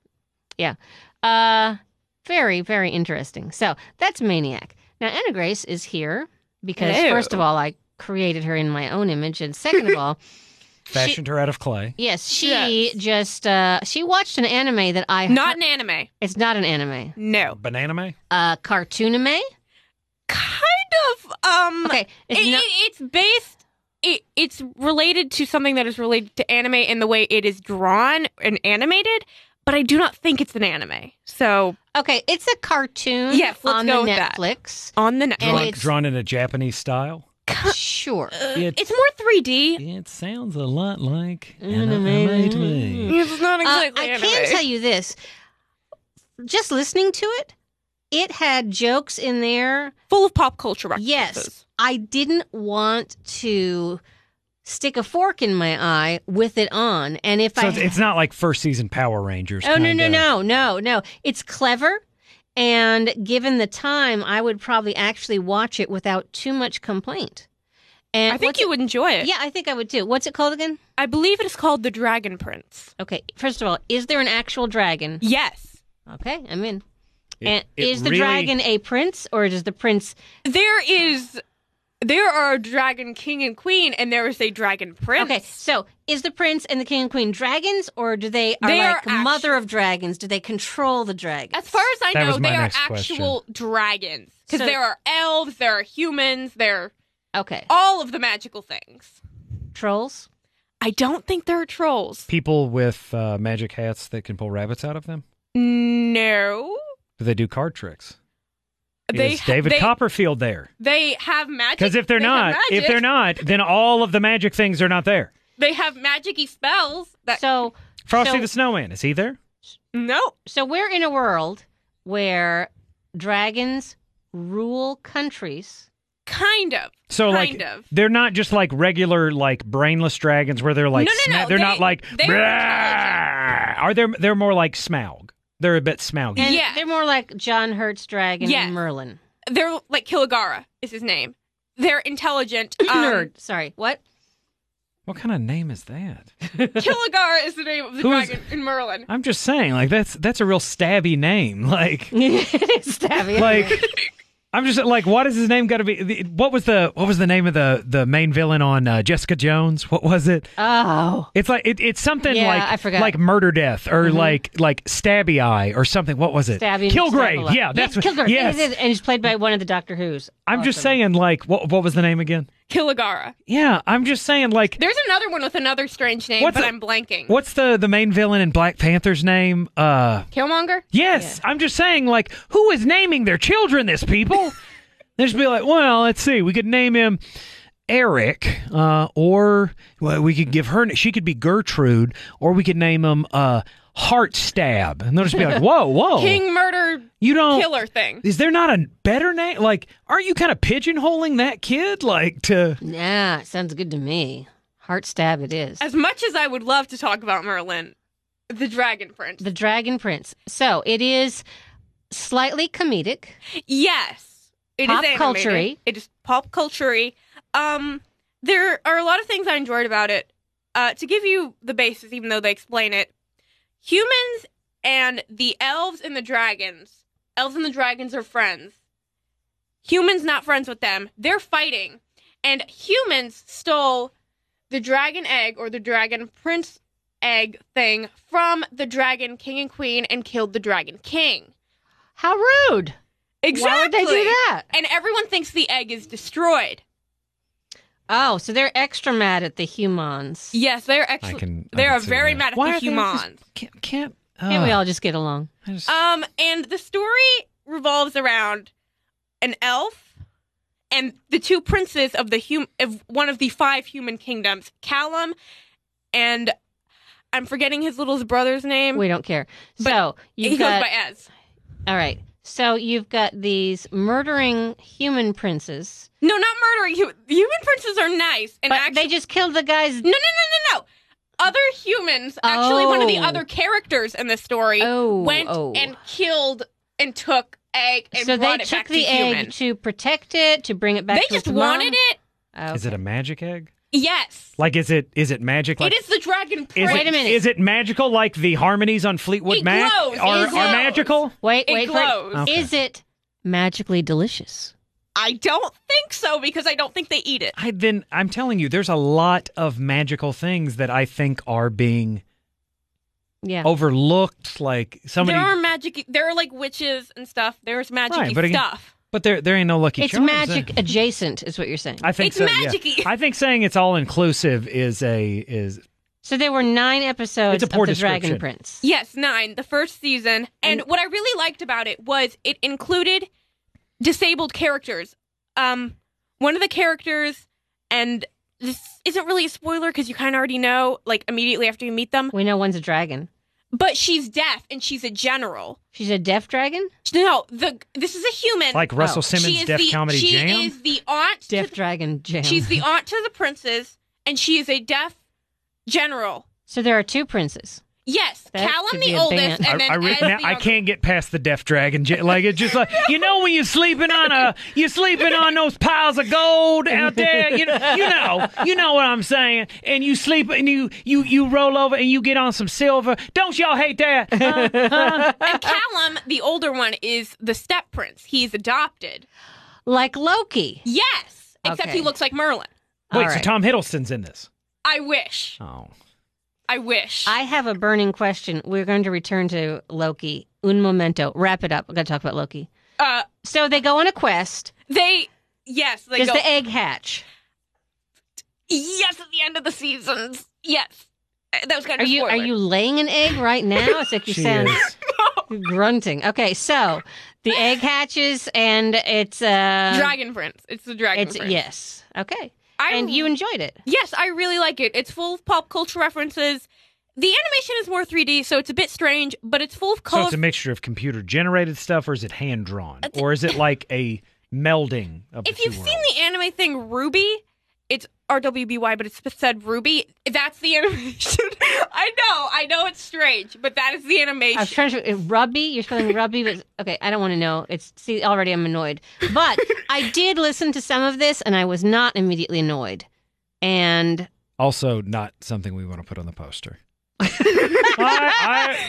Speaker 1: Uh, very, very interesting. So that's Maniac. Now, Anna Grace is here because,
Speaker 2: Hello.
Speaker 1: first of all, I created her in my own image, and second of all,
Speaker 3: Fashioned her out of clay.
Speaker 1: yes, she
Speaker 2: Yes.
Speaker 1: just uh, she watched an anime that I
Speaker 2: Not an anime.
Speaker 1: it's not an anime,
Speaker 2: No.
Speaker 3: Banana man.
Speaker 1: uh, cartoon anime.
Speaker 2: Kind of. Um,
Speaker 1: Okay, it's
Speaker 2: it,
Speaker 1: no-
Speaker 2: it- it's based. It, it's related to something that is related to anime in the way it is drawn and animated, but I do not think it's an anime. So
Speaker 1: okay, it's a cartoon.
Speaker 2: eh. Yes, let's
Speaker 1: on
Speaker 2: go
Speaker 1: the
Speaker 2: with that.
Speaker 1: Netflix.
Speaker 2: on the and uh,
Speaker 3: Drawn,
Speaker 1: it's-
Speaker 3: drawn in a Japanese style.
Speaker 1: Sure.
Speaker 3: It's-
Speaker 2: it's, it's more three D.
Speaker 3: It sounds a lot like
Speaker 2: Mm-hmm.
Speaker 1: Anime.
Speaker 3: anime to me.
Speaker 2: It's not
Speaker 1: Uh,
Speaker 2: exactly
Speaker 1: I
Speaker 2: anime.
Speaker 1: can tell you this. Just listening to it, it had jokes in there
Speaker 2: Full of pop culture references.
Speaker 1: Yes. I didn't want to stick a fork in my eye with it on. And if
Speaker 3: So
Speaker 1: I
Speaker 3: it's, it's not like first season Power Rangers.
Speaker 1: Oh no no
Speaker 3: kinda.
Speaker 1: no no no. It's clever. And given the time, I would probably actually watch it without too much complaint. And
Speaker 2: I think
Speaker 1: what's
Speaker 2: you
Speaker 1: it-
Speaker 2: would enjoy it.
Speaker 1: Yeah, I think I would too. What's it called again?
Speaker 2: I believe it is called The Dragon Prince.
Speaker 1: Okay, first of all, is there an actual dragon?
Speaker 2: Yes.
Speaker 1: Okay, I'm in.
Speaker 3: It-
Speaker 1: and
Speaker 3: it
Speaker 1: is the
Speaker 3: really-
Speaker 1: dragon a prince or is the prince
Speaker 2: There is there are a dragon king and queen and there is a dragon prince.
Speaker 1: Okay, so is the prince and the king and queen dragons, or do they are
Speaker 2: They are
Speaker 1: like mother of dragons? Do they control the dragons?
Speaker 2: As far as I
Speaker 3: That
Speaker 2: know,
Speaker 3: was my
Speaker 2: they are
Speaker 3: next
Speaker 2: actual dragons. Because
Speaker 1: So-
Speaker 2: there are elves, there are humans, there are
Speaker 1: okay,
Speaker 2: all of the magical things.
Speaker 1: trolls.
Speaker 2: I don't think there are trolls.
Speaker 3: People with uh, magic hats that can pull rabbits out of them.
Speaker 2: No.
Speaker 3: Do they do card tricks?
Speaker 2: They
Speaker 3: Is
Speaker 2: ha-
Speaker 3: David
Speaker 2: they-
Speaker 3: Copperfield there?
Speaker 2: They have magic.
Speaker 3: Because if they're
Speaker 2: they have
Speaker 3: not, if
Speaker 2: magic,
Speaker 3: they're not, then all of the magic things are not there.
Speaker 2: they have magicy spells. That
Speaker 1: So,
Speaker 3: Frosty
Speaker 1: So-
Speaker 3: the Snowman is he there?
Speaker 2: no,
Speaker 1: so we're in a world where dragons rule countries.
Speaker 2: kind of.
Speaker 3: So
Speaker 2: kind
Speaker 3: like
Speaker 2: of.
Speaker 3: they're not just like regular like brainless dragons where they're like
Speaker 2: No, no, no,
Speaker 3: sma- they're
Speaker 2: they-
Speaker 3: not like
Speaker 2: they are
Speaker 3: "Brah!" are they they're more like Smaug. They're a bit Smaug.
Speaker 1: And
Speaker 2: Yes.
Speaker 1: they're more like John Hurt's dragon
Speaker 2: Yes.
Speaker 1: and Merlin.
Speaker 2: They're like Kilgara is his name. They're intelligent. Um,
Speaker 1: Nerd. Sorry, what?
Speaker 3: What kind of name is that?
Speaker 2: Kilgara Um, is the name of the
Speaker 3: Who is-
Speaker 2: dragon in Merlin.
Speaker 3: I'm just saying, like that's that's a real stabby name. Like,
Speaker 1: it's Tavian.
Speaker 3: like I'm just like, why does his name got to be? the- What was the what was the name of the the main villain on uh, Jessica Jones? What was it?
Speaker 1: oh,
Speaker 3: It's like it, it's something
Speaker 1: Yeah,
Speaker 3: like
Speaker 1: I forgot. Mm-hmm.
Speaker 3: like murder death or like like stabby eye or something. What was it?
Speaker 1: Tavian.
Speaker 3: Kilgrave. Yeah, that's
Speaker 1: yes, Kilgrave.
Speaker 3: what. Yes,
Speaker 1: and he's played by one of the Doctor Who's.
Speaker 3: I'm just
Speaker 1: Awesome.
Speaker 3: saying, like, what what was the name again?
Speaker 2: Kilgara.
Speaker 3: Yeah, I'm just saying, like,
Speaker 2: There's another one with another strange name,
Speaker 3: What's
Speaker 2: but
Speaker 3: a-
Speaker 2: I'm blanking.
Speaker 3: what's the the main villain in Black Panther's name? Uh,
Speaker 2: Killmonger?
Speaker 3: Yes, I'm just saying, like, who is naming their children this, people? they just be like, well, let's see, we could name him Eric, uh, or well, we could give her, she could be Gertrude, or we could name him uh, Heartstab. And they'll just be like, whoa, whoa.
Speaker 2: King murder
Speaker 3: you don't.
Speaker 2: killer thing.
Speaker 3: Is there not a better name? Like, aren't you kind of pigeonholing that kid? Like, to.
Speaker 1: Nah, it sounds good to me. Heart stab it is.
Speaker 2: As much as I would love to talk about Merlin, the dragon prince.
Speaker 1: The Dragon Prince. So it is slightly comedic.
Speaker 2: Yes. it is
Speaker 1: Pop
Speaker 2: animated.
Speaker 1: culture-y.
Speaker 2: It is pop culture Um there are a lot of things I enjoyed about it. uh, to give you the basis, even though they explain it, humans and the elves and the dragons. Elves and the dragons are friends. Humans not friends with them. They're fighting, and humans stole the dragon egg or the dragon prince egg thing from the dragon king and queen and killed the dragon king.
Speaker 1: How rude! Why would they do that?
Speaker 2: And everyone thinks the egg is destroyed.
Speaker 1: Oh, so they're extra mad at the humans.
Speaker 2: Yes, they're
Speaker 3: I
Speaker 2: actually
Speaker 3: can. I
Speaker 2: they
Speaker 3: can
Speaker 2: are
Speaker 3: see
Speaker 2: very
Speaker 3: that.
Speaker 2: mad at
Speaker 3: Why
Speaker 2: the
Speaker 3: are they always-
Speaker 2: humans.
Speaker 3: Can't. can't uh,
Speaker 1: Can't we all just get along?
Speaker 3: I just-
Speaker 2: Um, and the story revolves around an elf and the two princes of the hum- of one of the five human kingdoms, Callum and I'm forgetting his little brother's name.
Speaker 1: We don't care.
Speaker 2: But
Speaker 1: so
Speaker 2: he
Speaker 1: you've got
Speaker 2: goes by Ez.
Speaker 1: all right. So you've got these murdering human princes,
Speaker 2: No, not murdering. Hu- Human princes are nice, and
Speaker 1: but
Speaker 2: actually,
Speaker 1: they just killed the guys.
Speaker 2: no, no, no, no, no. Other humans, actually, one of the
Speaker 1: Oh.
Speaker 2: other characters in the story,
Speaker 1: Oh,
Speaker 2: went
Speaker 1: oh.
Speaker 2: and killed and took egg and
Speaker 1: so they
Speaker 2: brought it
Speaker 1: took
Speaker 2: back
Speaker 1: the
Speaker 2: to
Speaker 1: egg
Speaker 2: human.
Speaker 1: to protect it, to bring it back.
Speaker 2: they
Speaker 1: to
Speaker 2: just
Speaker 1: its
Speaker 2: wanted
Speaker 1: mom?
Speaker 2: it.
Speaker 1: Oh.
Speaker 3: Is it a magic egg?
Speaker 2: Yes.
Speaker 3: Like, is it is it magic? Like,
Speaker 2: it is the dragon
Speaker 3: is
Speaker 2: prince.
Speaker 1: Wait
Speaker 3: it,
Speaker 1: a minute.
Speaker 3: Is it magical? Like the harmonies on Fleetwood
Speaker 2: It
Speaker 3: Mac
Speaker 2: glows.
Speaker 3: are,
Speaker 1: It
Speaker 3: are
Speaker 1: glows.
Speaker 3: magical?
Speaker 1: wait,
Speaker 2: It
Speaker 1: wait.
Speaker 2: glows.
Speaker 1: For it.
Speaker 3: Okay.
Speaker 1: Is it magically delicious?
Speaker 2: I don't think so because I don't think they eat it.
Speaker 3: I then I'm telling you, there's a lot of magical things that I think are being
Speaker 1: Yeah.
Speaker 3: Oh, overlooked. Like somebody,
Speaker 2: There are magic. There are like witches and stuff. There's magic
Speaker 3: Right, but again-
Speaker 2: stuff.
Speaker 3: but there there ain't no lucky
Speaker 1: it's
Speaker 3: charms. eh?
Speaker 1: magic adjacent, is what you're saying.
Speaker 3: I think
Speaker 2: It's
Speaker 3: so. yeah.
Speaker 2: magic-y.
Speaker 3: I think saying it's all inclusive is a is
Speaker 1: So there were nine episodes
Speaker 3: It's a poor
Speaker 1: of the Dragon
Speaker 3: description.
Speaker 1: Prince.
Speaker 2: Yes, nine. The first season, and, what I really liked about it was it included disabled characters. Um, one of the characters, and this isn't really a spoiler because you kind of already know, like immediately after you meet them.
Speaker 1: We know one's a dragon.
Speaker 2: But she's deaf and she's a general.
Speaker 1: She's a deaf dragon.
Speaker 2: No, the this is a human.
Speaker 3: like Russell
Speaker 1: Oh.
Speaker 2: she
Speaker 3: Simmons'
Speaker 2: is
Speaker 3: Def
Speaker 2: the,
Speaker 3: Comedy
Speaker 2: she
Speaker 3: Jam.
Speaker 2: is the aunt to
Speaker 1: Deaf dragon jam.
Speaker 2: She's the aunt to the princes, and she is a deaf general.
Speaker 1: so there are two princes.
Speaker 2: Yes,
Speaker 1: That
Speaker 2: Callum
Speaker 1: could
Speaker 2: the
Speaker 1: be a
Speaker 2: oldest,
Speaker 1: band.
Speaker 2: and
Speaker 3: I,
Speaker 2: then
Speaker 3: I, re-
Speaker 2: Ez
Speaker 3: now,
Speaker 2: the
Speaker 3: I
Speaker 2: younger.
Speaker 3: can't get past the deaf dragon. j- Like it's just like you know when you're sleeping on a you're sleeping on those piles of gold out there. You know, you know, you know what I'm saying. And you sleep and you you you roll over and you get on some silver. Don't y'all hate that? Huh? Huh?
Speaker 2: And Callum, the older one, is the step prince. He's adopted.
Speaker 1: Like Loki.
Speaker 2: Yes, except
Speaker 1: Okay.
Speaker 2: he looks like Merlin.
Speaker 3: Wait,
Speaker 1: All
Speaker 3: so
Speaker 1: right.
Speaker 3: Tom Hiddleston's in this?
Speaker 2: I wish.
Speaker 3: Oh,
Speaker 2: I wish.
Speaker 1: I have a burning question. We're going to return to Loki. Un momento. Wrap it up. We're going to talk about Loki.
Speaker 2: uh,
Speaker 1: So they go on a quest.
Speaker 2: they. Yes, they
Speaker 1: Does
Speaker 2: go.
Speaker 1: the egg hatch?
Speaker 2: yes, at the end of the seasons. Yes, Uh, that was kind
Speaker 1: Are
Speaker 2: of.
Speaker 1: you
Speaker 2: spoiler.
Speaker 1: are you laying an egg right now? It's like you
Speaker 3: she
Speaker 1: sound
Speaker 3: is.
Speaker 1: grunting. Okay, so the egg hatches and it's uh
Speaker 2: dragon prince? It's the dragon
Speaker 1: It's
Speaker 2: prince.
Speaker 1: yes. Okay.
Speaker 2: I
Speaker 1: And you enjoyed it.
Speaker 2: Yes, I really like it. It's full of pop culture references. The animation is more 3D, so it's a bit strange, but it's full of
Speaker 3: So
Speaker 2: color.
Speaker 3: it's a mixture of computer generated stuff, or is it hand drawn, or is it like a melding of the
Speaker 2: Uh, if you've
Speaker 3: two
Speaker 2: seen
Speaker 3: worlds?
Speaker 2: the anime thing Ruby, it's RWBY, but it's said Ruby. That's the animation. I know, I know it's strange, but that is the
Speaker 1: I was
Speaker 2: animation.
Speaker 1: trying to Rubby, you're spelling Rubby, but okay, I don't want to know. It's see already I'm annoyed. But I did listen to some of this and I was not immediately annoyed. And
Speaker 3: Also, not something we want to put on the poster. I,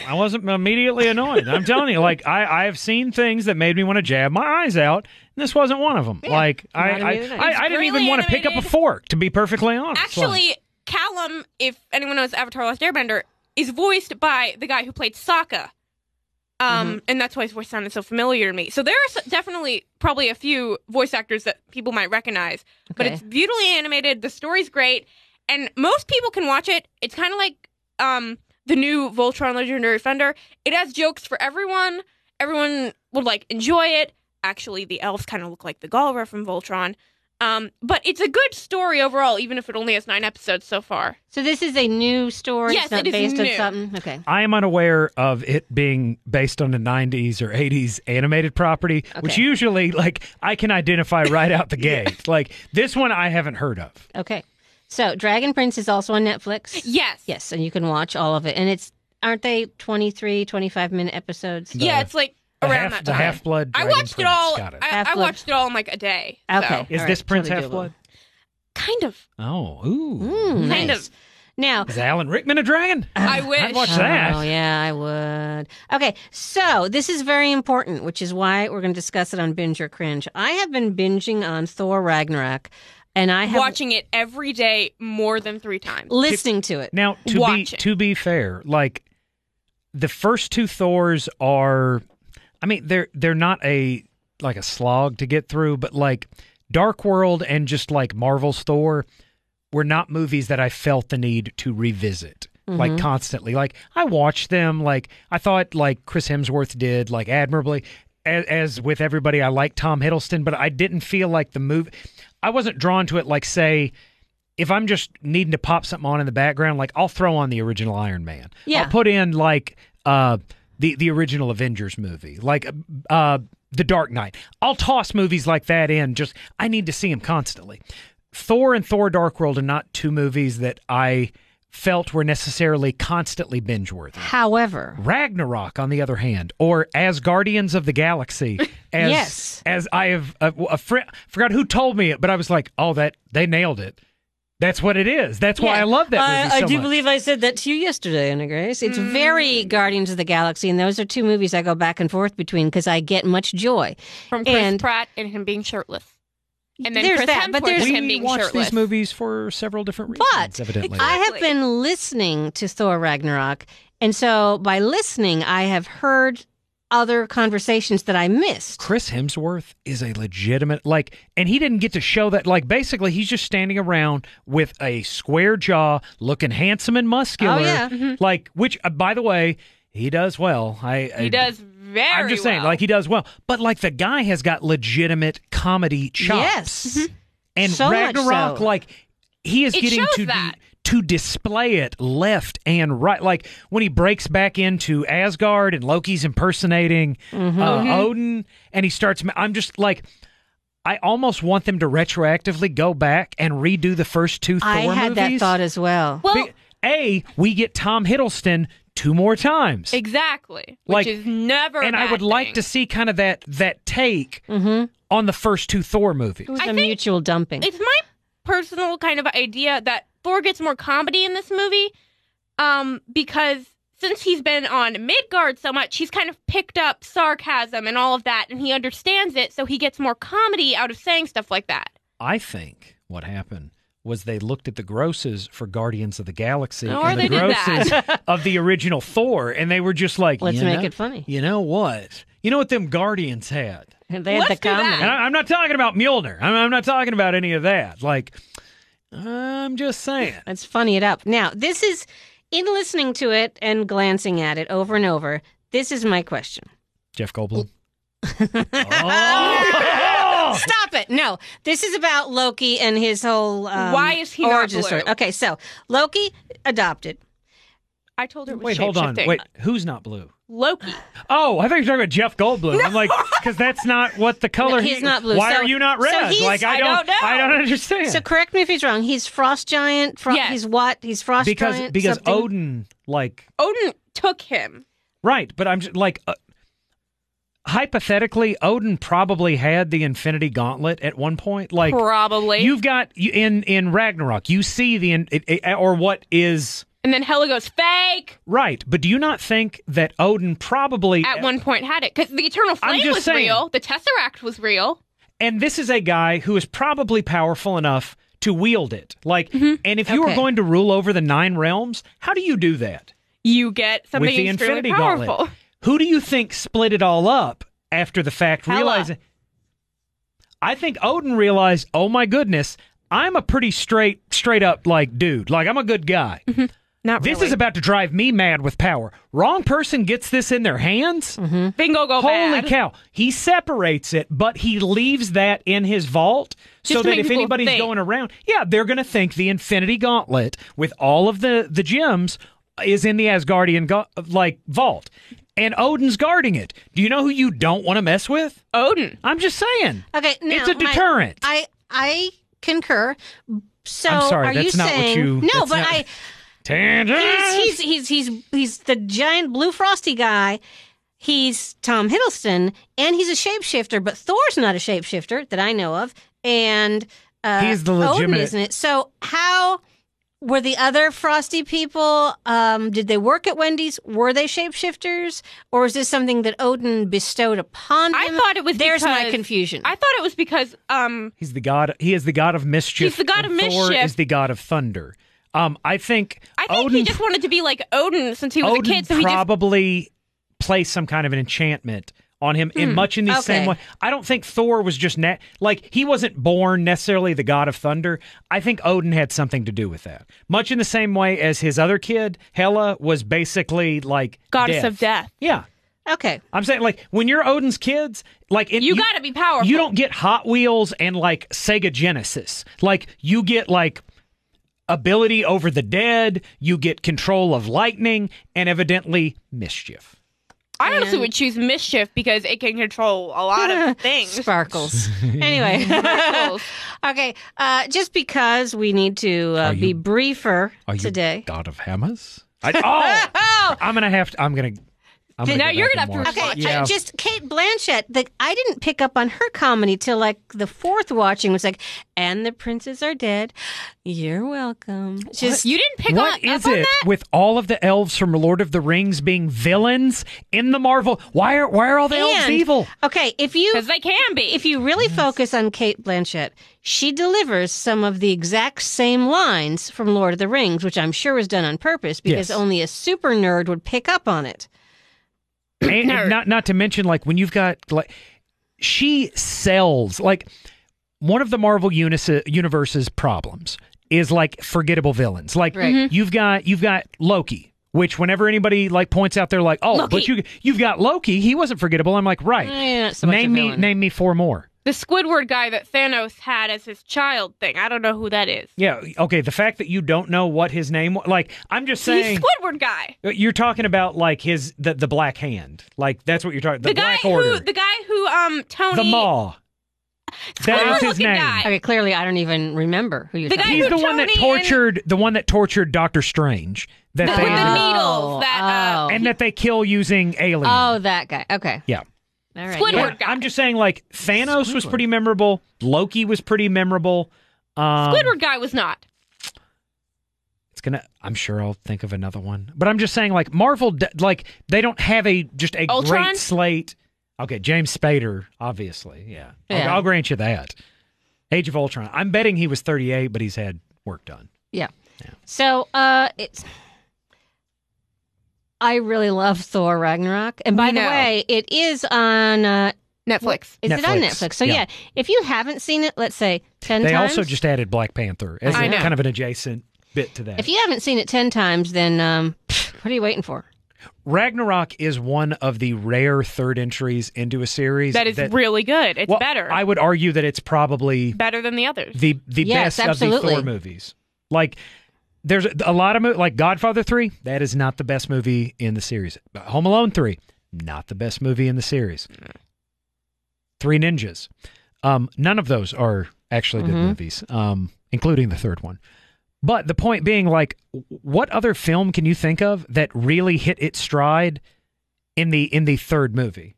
Speaker 3: I, I wasn't immediately annoyed. I'm telling you, like I, I've seen things that made me want to jab my eyes out, and this wasn't one of them. like
Speaker 1: not
Speaker 3: I, I,
Speaker 1: immediately.
Speaker 3: I,
Speaker 2: It's
Speaker 3: I didn't even
Speaker 2: really
Speaker 3: want to pick up a
Speaker 2: animated.
Speaker 3: fork, to be perfectly honest. Like,
Speaker 2: Actually, Callum, if anyone knows Avatar Last Airbender, is voiced by the guy who played Sokka. Um, And that's why his voice sounded so familiar to me. So there are s- definitely probably a few voice actors that people might recognize, but
Speaker 1: Okay.
Speaker 2: it's beautifully animated. The story's great, and most people can watch it. It's kind of like um, the new Voltron Legendary Fender. It has jokes for everyone. Everyone would like enjoy it. Actually, the elves kind of look like the Galra from Voltron. Um, but it's a good story overall, even if it only has nine episodes so far.
Speaker 1: so this is a new story.
Speaker 2: Yes,
Speaker 1: it's not
Speaker 2: it is
Speaker 1: based on
Speaker 2: new.
Speaker 1: something. Okay.
Speaker 3: I am unaware of it being based on a 90s or 80s animated property, which
Speaker 1: Okay.
Speaker 3: usually, like, I can identify right out the gate. Like, this one I haven't heard of.
Speaker 1: Okay. So Dragon Prince is also on Netflix.
Speaker 2: Yes.
Speaker 1: Yes, and you can watch all of it. And it's aren't they 23, 25 minute episodes?
Speaker 2: yeah, it's like
Speaker 3: The
Speaker 2: around
Speaker 3: half,
Speaker 2: that time.
Speaker 3: blood.
Speaker 2: I watched it all.
Speaker 3: Got it.
Speaker 2: I, I
Speaker 1: Half-Blood.
Speaker 2: watched it all in like a day. so.
Speaker 1: Okay.
Speaker 3: Is
Speaker 1: All
Speaker 3: this
Speaker 1: right,
Speaker 3: Prince
Speaker 1: totally
Speaker 3: Half Blood?
Speaker 2: Kind of.
Speaker 3: Oh, ooh.
Speaker 1: doable. Mm,
Speaker 2: Hmm, Kind
Speaker 1: nice.
Speaker 2: of. Uh,
Speaker 1: Now,
Speaker 3: Is Alan Rickman a dragon?
Speaker 2: I wish.
Speaker 3: I'd watch that.
Speaker 1: Oh, yeah, I would. Okay, so this is very important, which is why we're going to discuss it on Binge or Cringe. I have been binging on Thor Ragnarok, and I have
Speaker 2: Watching it every day more than three times.
Speaker 1: listening to it.
Speaker 3: Now, to be
Speaker 2: Watch it.
Speaker 3: to be fair, like the first two Thors are, I mean, they're they're not a like a slog to get through, but like Dark World and just like Marvel's Thor were not movies that I felt the need to revisit. Like constantly, like I watched them. Like I thought, like Chris Hemsworth did, like admirably. As, as with everybody, I like Tom Hiddleston, but I didn't feel like the movie. I wasn't drawn to it. Like say, if I'm just needing to pop something on in the background, like I'll throw on the original Iron Man.
Speaker 1: Yeah.
Speaker 3: I'll put in like uh the the original Avengers movie, like uh the Dark Knight. I'll toss movies like that in. Just I need to see them constantly. Thor and Thor: Dark World are not two movies that I felt were necessarily constantly binge worthy.
Speaker 1: However,
Speaker 3: Ragnarok, on the other hand, or as Guardians of the Galaxy, as
Speaker 1: Yes.
Speaker 3: as I have a, a friend forgot who told me it, but I was like, oh, that they nailed it. That's what it is. That's why I love that movie
Speaker 1: I,
Speaker 3: so
Speaker 1: Uh, do
Speaker 3: much. Mm.
Speaker 1: believe I said that to you yesterday, Anna Grace. It's very Guardians of the Galaxy, and those are two movies I go back and forth between because I get much joy.
Speaker 2: From Chris
Speaker 1: And-
Speaker 2: Pratt and him being shirtless. And then
Speaker 1: There's
Speaker 2: Chris
Speaker 1: that, but
Speaker 2: Hemsworth
Speaker 1: there's-
Speaker 2: and
Speaker 3: we
Speaker 2: him being
Speaker 3: watch
Speaker 2: shirtless.
Speaker 3: these movies for several different reasons.
Speaker 1: But
Speaker 3: evidently,
Speaker 1: I have
Speaker 2: Exactly.
Speaker 1: been listening to Thor Ragnarok, and so by listening, I have heard other conversations that I missed.
Speaker 3: Chris Hemsworth is a legitimate like, and he didn't get to show that. Like, basically, he's just standing around with a square jaw, looking handsome and muscular.
Speaker 1: Oh, yeah.
Speaker 2: Mm-hmm.
Speaker 3: Like, which uh, by the way, he does well. I
Speaker 2: He
Speaker 3: I-
Speaker 2: does very
Speaker 3: I'm just saying,
Speaker 2: well.
Speaker 3: like he does well, but like the guy has got legitimate comedy chops.
Speaker 1: Yes. Mhm.
Speaker 3: and
Speaker 1: So much
Speaker 3: Ragnarok,
Speaker 1: so.
Speaker 3: like he is
Speaker 2: It
Speaker 3: getting
Speaker 2: shows
Speaker 3: to di-
Speaker 2: that.
Speaker 3: to display it left and right. Like when he breaks back into Asgard and Loki's impersonating
Speaker 1: Mm-hmm.
Speaker 3: uh, Odin, and he starts. ma- I'm just like. I almost want them to retroactively go back and redo the first two Thor
Speaker 1: I had that
Speaker 3: movies.
Speaker 1: thought as well.
Speaker 2: well,
Speaker 3: Be- A, we get Tom Hiddleston two more times
Speaker 2: exactly. Which
Speaker 3: Like-
Speaker 2: is never. a
Speaker 3: and I
Speaker 2: bad
Speaker 3: would like
Speaker 2: thing.
Speaker 3: to see kind of that that take on the first two Thor movies.
Speaker 1: Mm-hmm. It was
Speaker 2: I
Speaker 1: a
Speaker 2: think
Speaker 1: mutual dumping.
Speaker 2: It's my personal kind of idea that Thor gets more comedy in this movie, um, because since he's been on Midgard so much, he's kind of picked up sarcasm and all of that, and he understands it, so he gets more comedy out of saying stuff like that.
Speaker 3: I think what happened was they looked at the grosses for Guardians of the Galaxy
Speaker 1: Oh,
Speaker 2: Or
Speaker 3: and the
Speaker 2: they did
Speaker 3: grosses of the original Thor, and they were just like,
Speaker 1: Let's
Speaker 3: you
Speaker 1: make
Speaker 3: know-
Speaker 1: it funny.
Speaker 3: You know what? You know what them Guardians had.
Speaker 1: They had
Speaker 2: Let's
Speaker 1: the
Speaker 2: do that.
Speaker 1: comedy.
Speaker 3: And I, I'm not talking about Mjolnir. I'm, I'm not talking about any of that. Like, I'm just saying.
Speaker 1: Let's funny it up. Now, this is in listening to it and glancing at it over and over. This is my question.
Speaker 3: Jeff Goldblum. oh!
Speaker 1: Stop it! No, this is about Loki and his whole um,
Speaker 2: Why is he not
Speaker 1: origin
Speaker 2: blue?
Speaker 1: story. Okay, so Loki adopted.
Speaker 2: I told her. It was
Speaker 3: Wait, hold on.
Speaker 2: shape-shifting.
Speaker 3: Wait, who's not blue?
Speaker 2: Loki.
Speaker 3: Oh, I thought you were talking about Jeff Goldblum. I'm like, because that's not what the color.
Speaker 1: No, he's not blue.
Speaker 3: Why
Speaker 1: So-
Speaker 3: are you not
Speaker 1: so
Speaker 3: red?
Speaker 1: he's-
Speaker 3: like I
Speaker 2: I
Speaker 3: don't,
Speaker 2: don't know.
Speaker 3: I don't understand.
Speaker 1: So correct me if he's wrong. He's frost giant. Fro-
Speaker 2: Yes.
Speaker 1: He's what? He's frost
Speaker 3: because
Speaker 1: giant.
Speaker 3: because
Speaker 1: something.
Speaker 3: Odin like
Speaker 2: Odin took him.
Speaker 3: right, but I'm just like. Uh, Hypothetically, Odin probably had the Infinity Gauntlet at one point. Like
Speaker 2: Probably.
Speaker 3: you've got you, in in Ragnarok, you see the in, it, it- or what is
Speaker 2: and then Hela goes fake.
Speaker 3: right. But do you not think that Odin probably
Speaker 2: At one point, had it because the Eternal
Speaker 3: I'm
Speaker 2: Flame
Speaker 3: just
Speaker 2: was
Speaker 3: saying.
Speaker 2: real. The Tesseract was real.
Speaker 3: and this is a guy who is probably powerful enough to wield it. Like,
Speaker 2: Mm-hmm.
Speaker 3: and if you were
Speaker 1: Okay.
Speaker 3: going to rule over the nine realms, how do you do that
Speaker 2: You get something
Speaker 3: with the
Speaker 2: extremely
Speaker 3: Infinity
Speaker 2: powerful.
Speaker 3: Gauntlet? Who do you think split it all up after the fact?
Speaker 2: Hela.
Speaker 3: Realizing, I think Odin realized, oh my goodness, I'm a pretty straight, straight up like dude. Like I'm a good guy.
Speaker 2: Mm-hmm. Not
Speaker 3: This
Speaker 2: really.
Speaker 3: is about to drive me mad with power. Wrong person gets this in their hands.
Speaker 2: bingo go
Speaker 3: Holy
Speaker 2: bad.
Speaker 3: cow! He separates it, but he leaves that in his vault so
Speaker 2: Just to
Speaker 3: that
Speaker 2: make
Speaker 3: if
Speaker 2: people
Speaker 3: anybody's
Speaker 2: think.
Speaker 3: going around, yeah, they're going to think the Infinity Gauntlet with all of the the gems is in the Asgardian go- like vault, and Odin's guarding it. Do you know who you don't want to mess with?
Speaker 2: Odin.
Speaker 3: I'm just saying.
Speaker 1: Okay, now,
Speaker 3: It's a
Speaker 1: my-
Speaker 3: deterrent.
Speaker 1: I I concur. So
Speaker 3: I'm sorry,
Speaker 1: are
Speaker 3: that's
Speaker 1: you
Speaker 3: not what
Speaker 1: saying
Speaker 3: you-
Speaker 1: no?
Speaker 3: that's
Speaker 1: But
Speaker 3: not-
Speaker 1: I
Speaker 3: Tangent.
Speaker 1: he's, he's he's he's he's the giant blue frosty guy. He's Tom Hiddleston, and he's a shapeshifter. But Thor's not a shapeshifter that I know of, and uh,
Speaker 3: He's the
Speaker 1: Odin
Speaker 3: legitimate-
Speaker 1: isn't it? So how were the other frosty people um did they work at wendy's were they shapeshifters or is this something that odin bestowed upon
Speaker 2: I
Speaker 1: him
Speaker 2: thought it was
Speaker 1: there's my
Speaker 2: because-
Speaker 1: confusion
Speaker 2: I thought it was because um
Speaker 3: He's the god. He is the god of mischief.
Speaker 2: He's the god
Speaker 3: and
Speaker 2: of
Speaker 3: Thor
Speaker 2: mischief.
Speaker 3: Is the god of thunder. Um, I think.
Speaker 2: I think
Speaker 3: Odin,
Speaker 2: he just wanted to be like Odin since he was
Speaker 3: Odin
Speaker 2: a kid, so he just
Speaker 3: probably placed some kind of an enchantment on him,
Speaker 2: Hmm,
Speaker 3: in much in the same
Speaker 1: okay.
Speaker 3: way. I don't think Thor was just na- like he wasn't born necessarily the god of thunder. I think Odin had something to do with that, much in the same way as his other kid Hela was basically like
Speaker 2: goddess of death.
Speaker 3: Yeah,
Speaker 1: okay
Speaker 3: I'm saying like when you're Odin's kids, like it,
Speaker 2: You, gotta be powerful.
Speaker 3: you don't get Hot Wheels and like Sega Genesis. Like you get like ability over the dead, you get control of lightning, and evidently mischief.
Speaker 2: I honestly
Speaker 1: And-
Speaker 2: would choose mischief because it can control a lot of things.
Speaker 1: sparkles anyway
Speaker 2: Sparkles.
Speaker 1: okay uh just because we need to uh,
Speaker 3: Are
Speaker 1: be
Speaker 3: you-
Speaker 1: briefer today
Speaker 3: God of Hammers. I, oh,
Speaker 1: oh
Speaker 3: I'm gonna have to. I'm gonna. I'm
Speaker 2: Now
Speaker 3: go
Speaker 2: you're
Speaker 3: back
Speaker 2: gonna
Speaker 3: and
Speaker 2: have to
Speaker 3: watch.
Speaker 1: Okay,
Speaker 2: Watch
Speaker 3: Yeah.
Speaker 1: I just Kate Blanchett. The, I didn't pick up on her comedy till like the fourth watching. It was like, and the princes are dead. You're welcome. Just
Speaker 2: you didn't pick on,
Speaker 3: What
Speaker 2: up
Speaker 3: is
Speaker 2: on
Speaker 3: it
Speaker 2: that?
Speaker 3: with all of the elves from Lord of the Rings being villains in the Marvel? Why are why are all the elves
Speaker 1: And-
Speaker 3: evil?
Speaker 1: okay. If you
Speaker 2: Because they can be.
Speaker 1: if you really focus on Kate Blanchett, she delivers some of the exact same lines from Lord of the Rings, which I'm sure was done on purpose because
Speaker 3: Yes.
Speaker 1: only a super nerd would pick up on it.
Speaker 3: and, and
Speaker 2: Nerd.
Speaker 3: not not to mention like when you've got like she sells like one of the Marvel unis- universe's problems is like forgettable villains. Like
Speaker 1: Right. Mhm.
Speaker 3: you've got you've got Loki, which whenever anybody like points out, they're like, "Oh, but
Speaker 2: Loki.
Speaker 3: you you've got Loki. He wasn't forgettable." I'm like, right.
Speaker 1: Eh, not so much a
Speaker 3: name me
Speaker 1: villain.
Speaker 3: name me four more.
Speaker 2: the Squidward guy that Thanos had as his child thing. I don't know who that is.
Speaker 3: Yeah. Okay. The fact that you don't know what his name was, like, I'm just
Speaker 2: He's
Speaker 3: saying.
Speaker 2: Squidward guy.
Speaker 3: You're talking about like his the, the black hand, like that's what you're talking. The,
Speaker 2: The, guy
Speaker 3: black order,
Speaker 2: who the guy who um Tony
Speaker 3: the maw.
Speaker 2: Squidward
Speaker 3: That is his
Speaker 2: looking
Speaker 3: name.
Speaker 2: guy.
Speaker 1: Okay, clearly I don't even remember who you're
Speaker 2: The
Speaker 1: talking
Speaker 2: guy
Speaker 1: about.
Speaker 3: He's
Speaker 2: who
Speaker 3: the one that
Speaker 2: Tony
Speaker 3: tortured the one that tortured Doctor Strange that
Speaker 2: The-
Speaker 3: they
Speaker 2: with the
Speaker 3: ended-
Speaker 2: needles that, uh,
Speaker 1: oh.
Speaker 3: and that they kill using aliens.
Speaker 1: Oh, that guy. Okay.
Speaker 3: Yeah.
Speaker 1: All right.
Speaker 2: Squidward.
Speaker 1: Yeah.
Speaker 2: Lord God.
Speaker 3: I'm just saying, like Thanos was pretty memorable. Loki was pretty memorable. Um,
Speaker 2: Squidward guy was not.
Speaker 3: It's gonna. I'm sure I'll think of another one. But I'm just saying, like Marvel, d- like they don't have a just a
Speaker 2: Ultron?
Speaker 3: great slate. Okay, James Spader, obviously. Yeah, I'll-
Speaker 1: Yeah.
Speaker 3: I'll, grant you that. Age of Ultron. I'm betting he was 38, but he's had work done.
Speaker 1: Yeah. So uh it's I really love Thor Ragnarok. And by
Speaker 2: We
Speaker 1: the
Speaker 2: know.
Speaker 1: way, it is on uh
Speaker 2: Netflix.
Speaker 1: is it on
Speaker 3: Netflix.
Speaker 1: Netflix? So
Speaker 3: Yeah.
Speaker 1: yeah. if you haven't seen it, let's say 10
Speaker 3: they
Speaker 1: times.
Speaker 3: also just added Black Panther as
Speaker 1: I
Speaker 3: a,
Speaker 1: know.
Speaker 3: kind of an adjacent bit to that.
Speaker 1: if you haven't seen it 10 times, then um what are you waiting for?
Speaker 3: Ragnarok is one of the rare third entries into a series
Speaker 2: That is really good. It's
Speaker 3: well,
Speaker 2: better.
Speaker 3: I would argue that it's probably
Speaker 2: better than the others.
Speaker 3: the the
Speaker 1: Yes,
Speaker 3: best
Speaker 1: absolutely.
Speaker 3: of the Thor movies. Like there's a, a lot of mo- like Godfather 3, that is not the best movie in the series. But Home Alone 3, not the best movie in the series. Three Ninjas. Um none of those are actually good
Speaker 1: Mhm.
Speaker 3: movies, um including the third one. But the point being like w- what other film can you think of that really hit its stride in the in the third movie?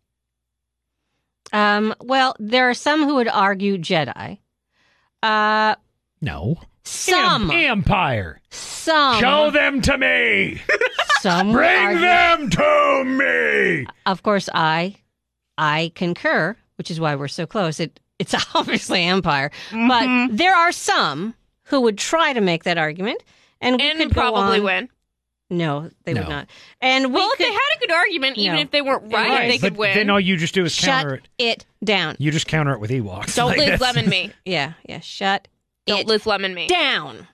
Speaker 1: Um well, there are some who would argue Jedi. Uh
Speaker 3: No.
Speaker 1: some Uh-huh.
Speaker 3: Em- Empire.
Speaker 1: some
Speaker 3: Show them to me.
Speaker 1: some would argue-
Speaker 3: them to me.
Speaker 1: Of course, I I concur, which is why we're so close. It it's obviously Empire,
Speaker 2: Mm-hmm.
Speaker 1: but there are some who would try to make that argument, and we
Speaker 2: and
Speaker 1: could go
Speaker 2: probably
Speaker 1: on-
Speaker 2: win.
Speaker 1: No, they
Speaker 3: No.
Speaker 1: would not. And we
Speaker 2: Well, if
Speaker 1: could
Speaker 2: they had a good argument, even
Speaker 1: No.
Speaker 2: if they weren't right,
Speaker 1: Right,
Speaker 2: they
Speaker 3: but
Speaker 2: could win.
Speaker 3: Then all you just do is
Speaker 1: shut
Speaker 3: counter it.
Speaker 1: it down.
Speaker 3: You just counter it with Ewoks.
Speaker 2: Don't
Speaker 3: Like,
Speaker 2: Liz
Speaker 3: that's-
Speaker 2: Lemon me.
Speaker 1: Yeah, yeah, shut
Speaker 2: Don't
Speaker 1: it
Speaker 2: Liz Lemon me.
Speaker 1: down.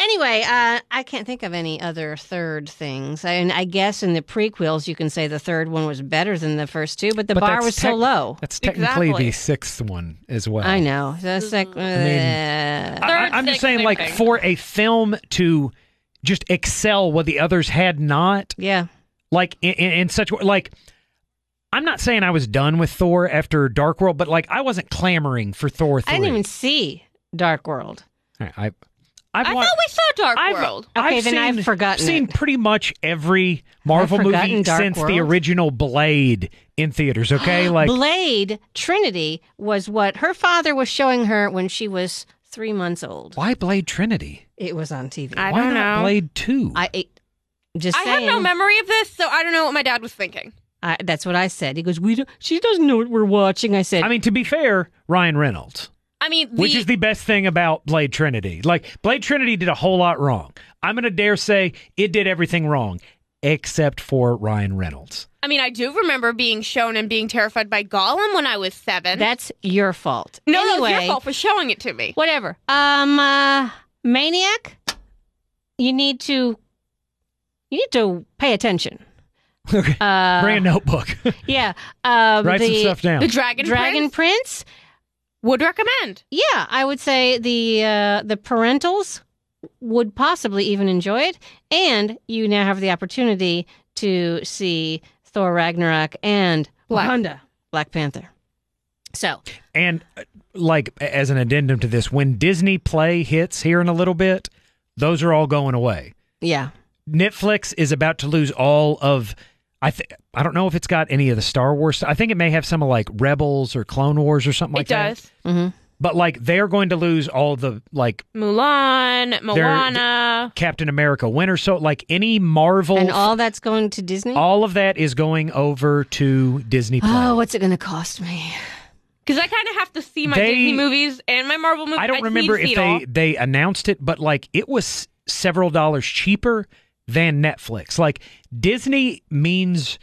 Speaker 1: Anyway, uh, I can't think of any other third things. And I guess in the prequels, you can say the third one was better than the first two, but the
Speaker 3: But
Speaker 1: bar
Speaker 3: that's
Speaker 1: was
Speaker 3: tech-
Speaker 1: so low.
Speaker 3: That's technically
Speaker 2: Exactly.
Speaker 3: the sixth one as well.
Speaker 1: I know. That's like, uh,
Speaker 3: I,
Speaker 2: Third,
Speaker 3: am just
Speaker 2: sixth,
Speaker 3: saying,
Speaker 2: same
Speaker 3: like,
Speaker 2: thing.
Speaker 3: for a film to just excel what the others had not,
Speaker 1: yeah.
Speaker 3: like in, in, in such like. I'm not saying I was done with Thor after Dark World, but like I wasn't clamoring for Thor. 3.
Speaker 1: I didn't even see Dark World.
Speaker 3: All right, I, I've
Speaker 2: I
Speaker 3: wa-
Speaker 2: thought we saw Dark
Speaker 3: I've,
Speaker 2: World.
Speaker 3: I've
Speaker 1: Okay, then
Speaker 3: seen,
Speaker 1: I've forgotten
Speaker 3: seen
Speaker 1: it.
Speaker 3: pretty much every Marvel
Speaker 1: forgotten
Speaker 3: movie
Speaker 1: Dark
Speaker 3: since the
Speaker 1: World.
Speaker 3: original Blade in theaters. Okay, like
Speaker 1: Blade Trinity was what her father was showing her when she was three months old.
Speaker 3: Why Blade Trinity?
Speaker 1: It was on TV.
Speaker 2: I
Speaker 3: Why
Speaker 2: don't
Speaker 3: not
Speaker 2: know.
Speaker 3: Blade Two?
Speaker 1: I it, just
Speaker 2: I have
Speaker 1: saying.
Speaker 2: no memory of this, so I don't know what my dad was thinking.
Speaker 1: I, that's what I said. He goes, "We don't, she doesn't know what we're watching." I said,
Speaker 3: I mean, to be fair, Ryan Reynolds,
Speaker 2: I mean, the,
Speaker 3: which is the best thing about Blade Trinity. Like Blade Trinity did a whole lot wrong. I'm gonna dare say it did everything wrong, except for Ryan Reynolds.
Speaker 2: I mean, I do remember being shown and being terrified by Gollum when I was seven.
Speaker 1: "That's your fault."
Speaker 2: no, that
Speaker 1: anyway,
Speaker 2: was your fault for showing it to me.
Speaker 1: whatever. Um, uh, maniac, you need to, you need to pay attention.
Speaker 3: Okay.
Speaker 1: Uh,
Speaker 3: Bring a notebook.
Speaker 1: yeah. Um,
Speaker 3: Write
Speaker 1: the
Speaker 3: some stuff
Speaker 2: The
Speaker 3: down.
Speaker 2: Dragon,
Speaker 1: Dragon Prince.
Speaker 2: Prince would recommend.
Speaker 1: Yeah, I would say the uh, the parentals would possibly even enjoy it, and you now have the opportunity to see Thor Ragnarok and
Speaker 2: Black-
Speaker 1: Wakanda, Black Panther. So
Speaker 3: And uh, like as an addendum to this, when Disney Play hits here in a little bit, those are all going away.
Speaker 1: yeah,
Speaker 3: Netflix is about to lose all of I th- I don't know if it's got any of the Star Wars. I think it may have some of like Rebels or Clone Wars or something like
Speaker 2: it
Speaker 3: that.
Speaker 2: does.
Speaker 1: hmm
Speaker 3: But like they're going to lose all the like
Speaker 2: Mulan, Moana.
Speaker 3: Captain America Winter so like any Marvel
Speaker 1: and all that's going to Disney.
Speaker 3: all of that is going over to Disney Plus.
Speaker 1: oh, what's it going to cost me?
Speaker 2: Because I kind of have to see my
Speaker 3: They-
Speaker 2: Disney movies and my Marvel movies.
Speaker 3: I don't
Speaker 2: just need
Speaker 3: remember
Speaker 2: to see
Speaker 3: if
Speaker 2: it all.
Speaker 3: they they announced it, but like it was several dollars cheaper than Netflix. Like Disney means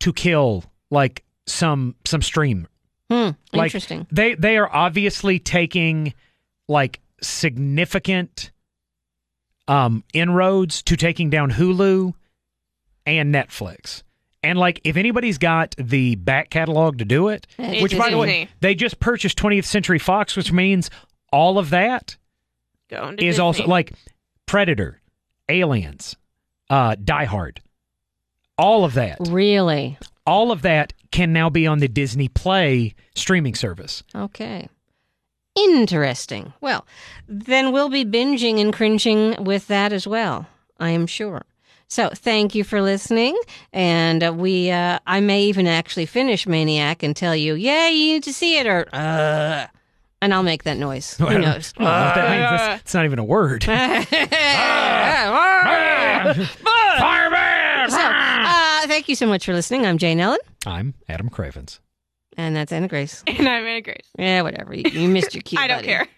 Speaker 3: to kill like some some stream
Speaker 1: Hmm,
Speaker 3: Like,
Speaker 1: interesting.
Speaker 3: they they are obviously taking like significant um inroads to taking down Hulu and Netflix. And like if anybody's got the back catalog to do it,
Speaker 1: It's
Speaker 3: which by the way,
Speaker 2: Disney.
Speaker 3: they just purchased 20th Century Fox, which means all of that
Speaker 2: Going
Speaker 3: is also like Predator, Aliens, uh Die Hard. All of that.
Speaker 1: Really?
Speaker 3: All of that can now be on the Disney Play streaming service.
Speaker 1: Okay. Interesting. Well, then we'll be binging and cringing with that as well, I am sure. So, thank you for listening, and uh, we uh, I may even actually finish Maniac and tell you, "Yay, you need to see it," or "Uh," and I'll make that noise.
Speaker 3: I
Speaker 1: Who
Speaker 3: don't-
Speaker 1: knows? Oh,
Speaker 3: I don't know what oh, that means. That's- it's not even a word. Fireman!
Speaker 1: so, uh, thank you so much for listening. I'm Jane Ellen,
Speaker 3: I'm Adam Cravens.
Speaker 1: and that's Anna Grace.
Speaker 2: And I'm in a grace.
Speaker 1: Yeah, whatever. You, you missed your cue.
Speaker 2: I don't
Speaker 1: buddy.
Speaker 2: care.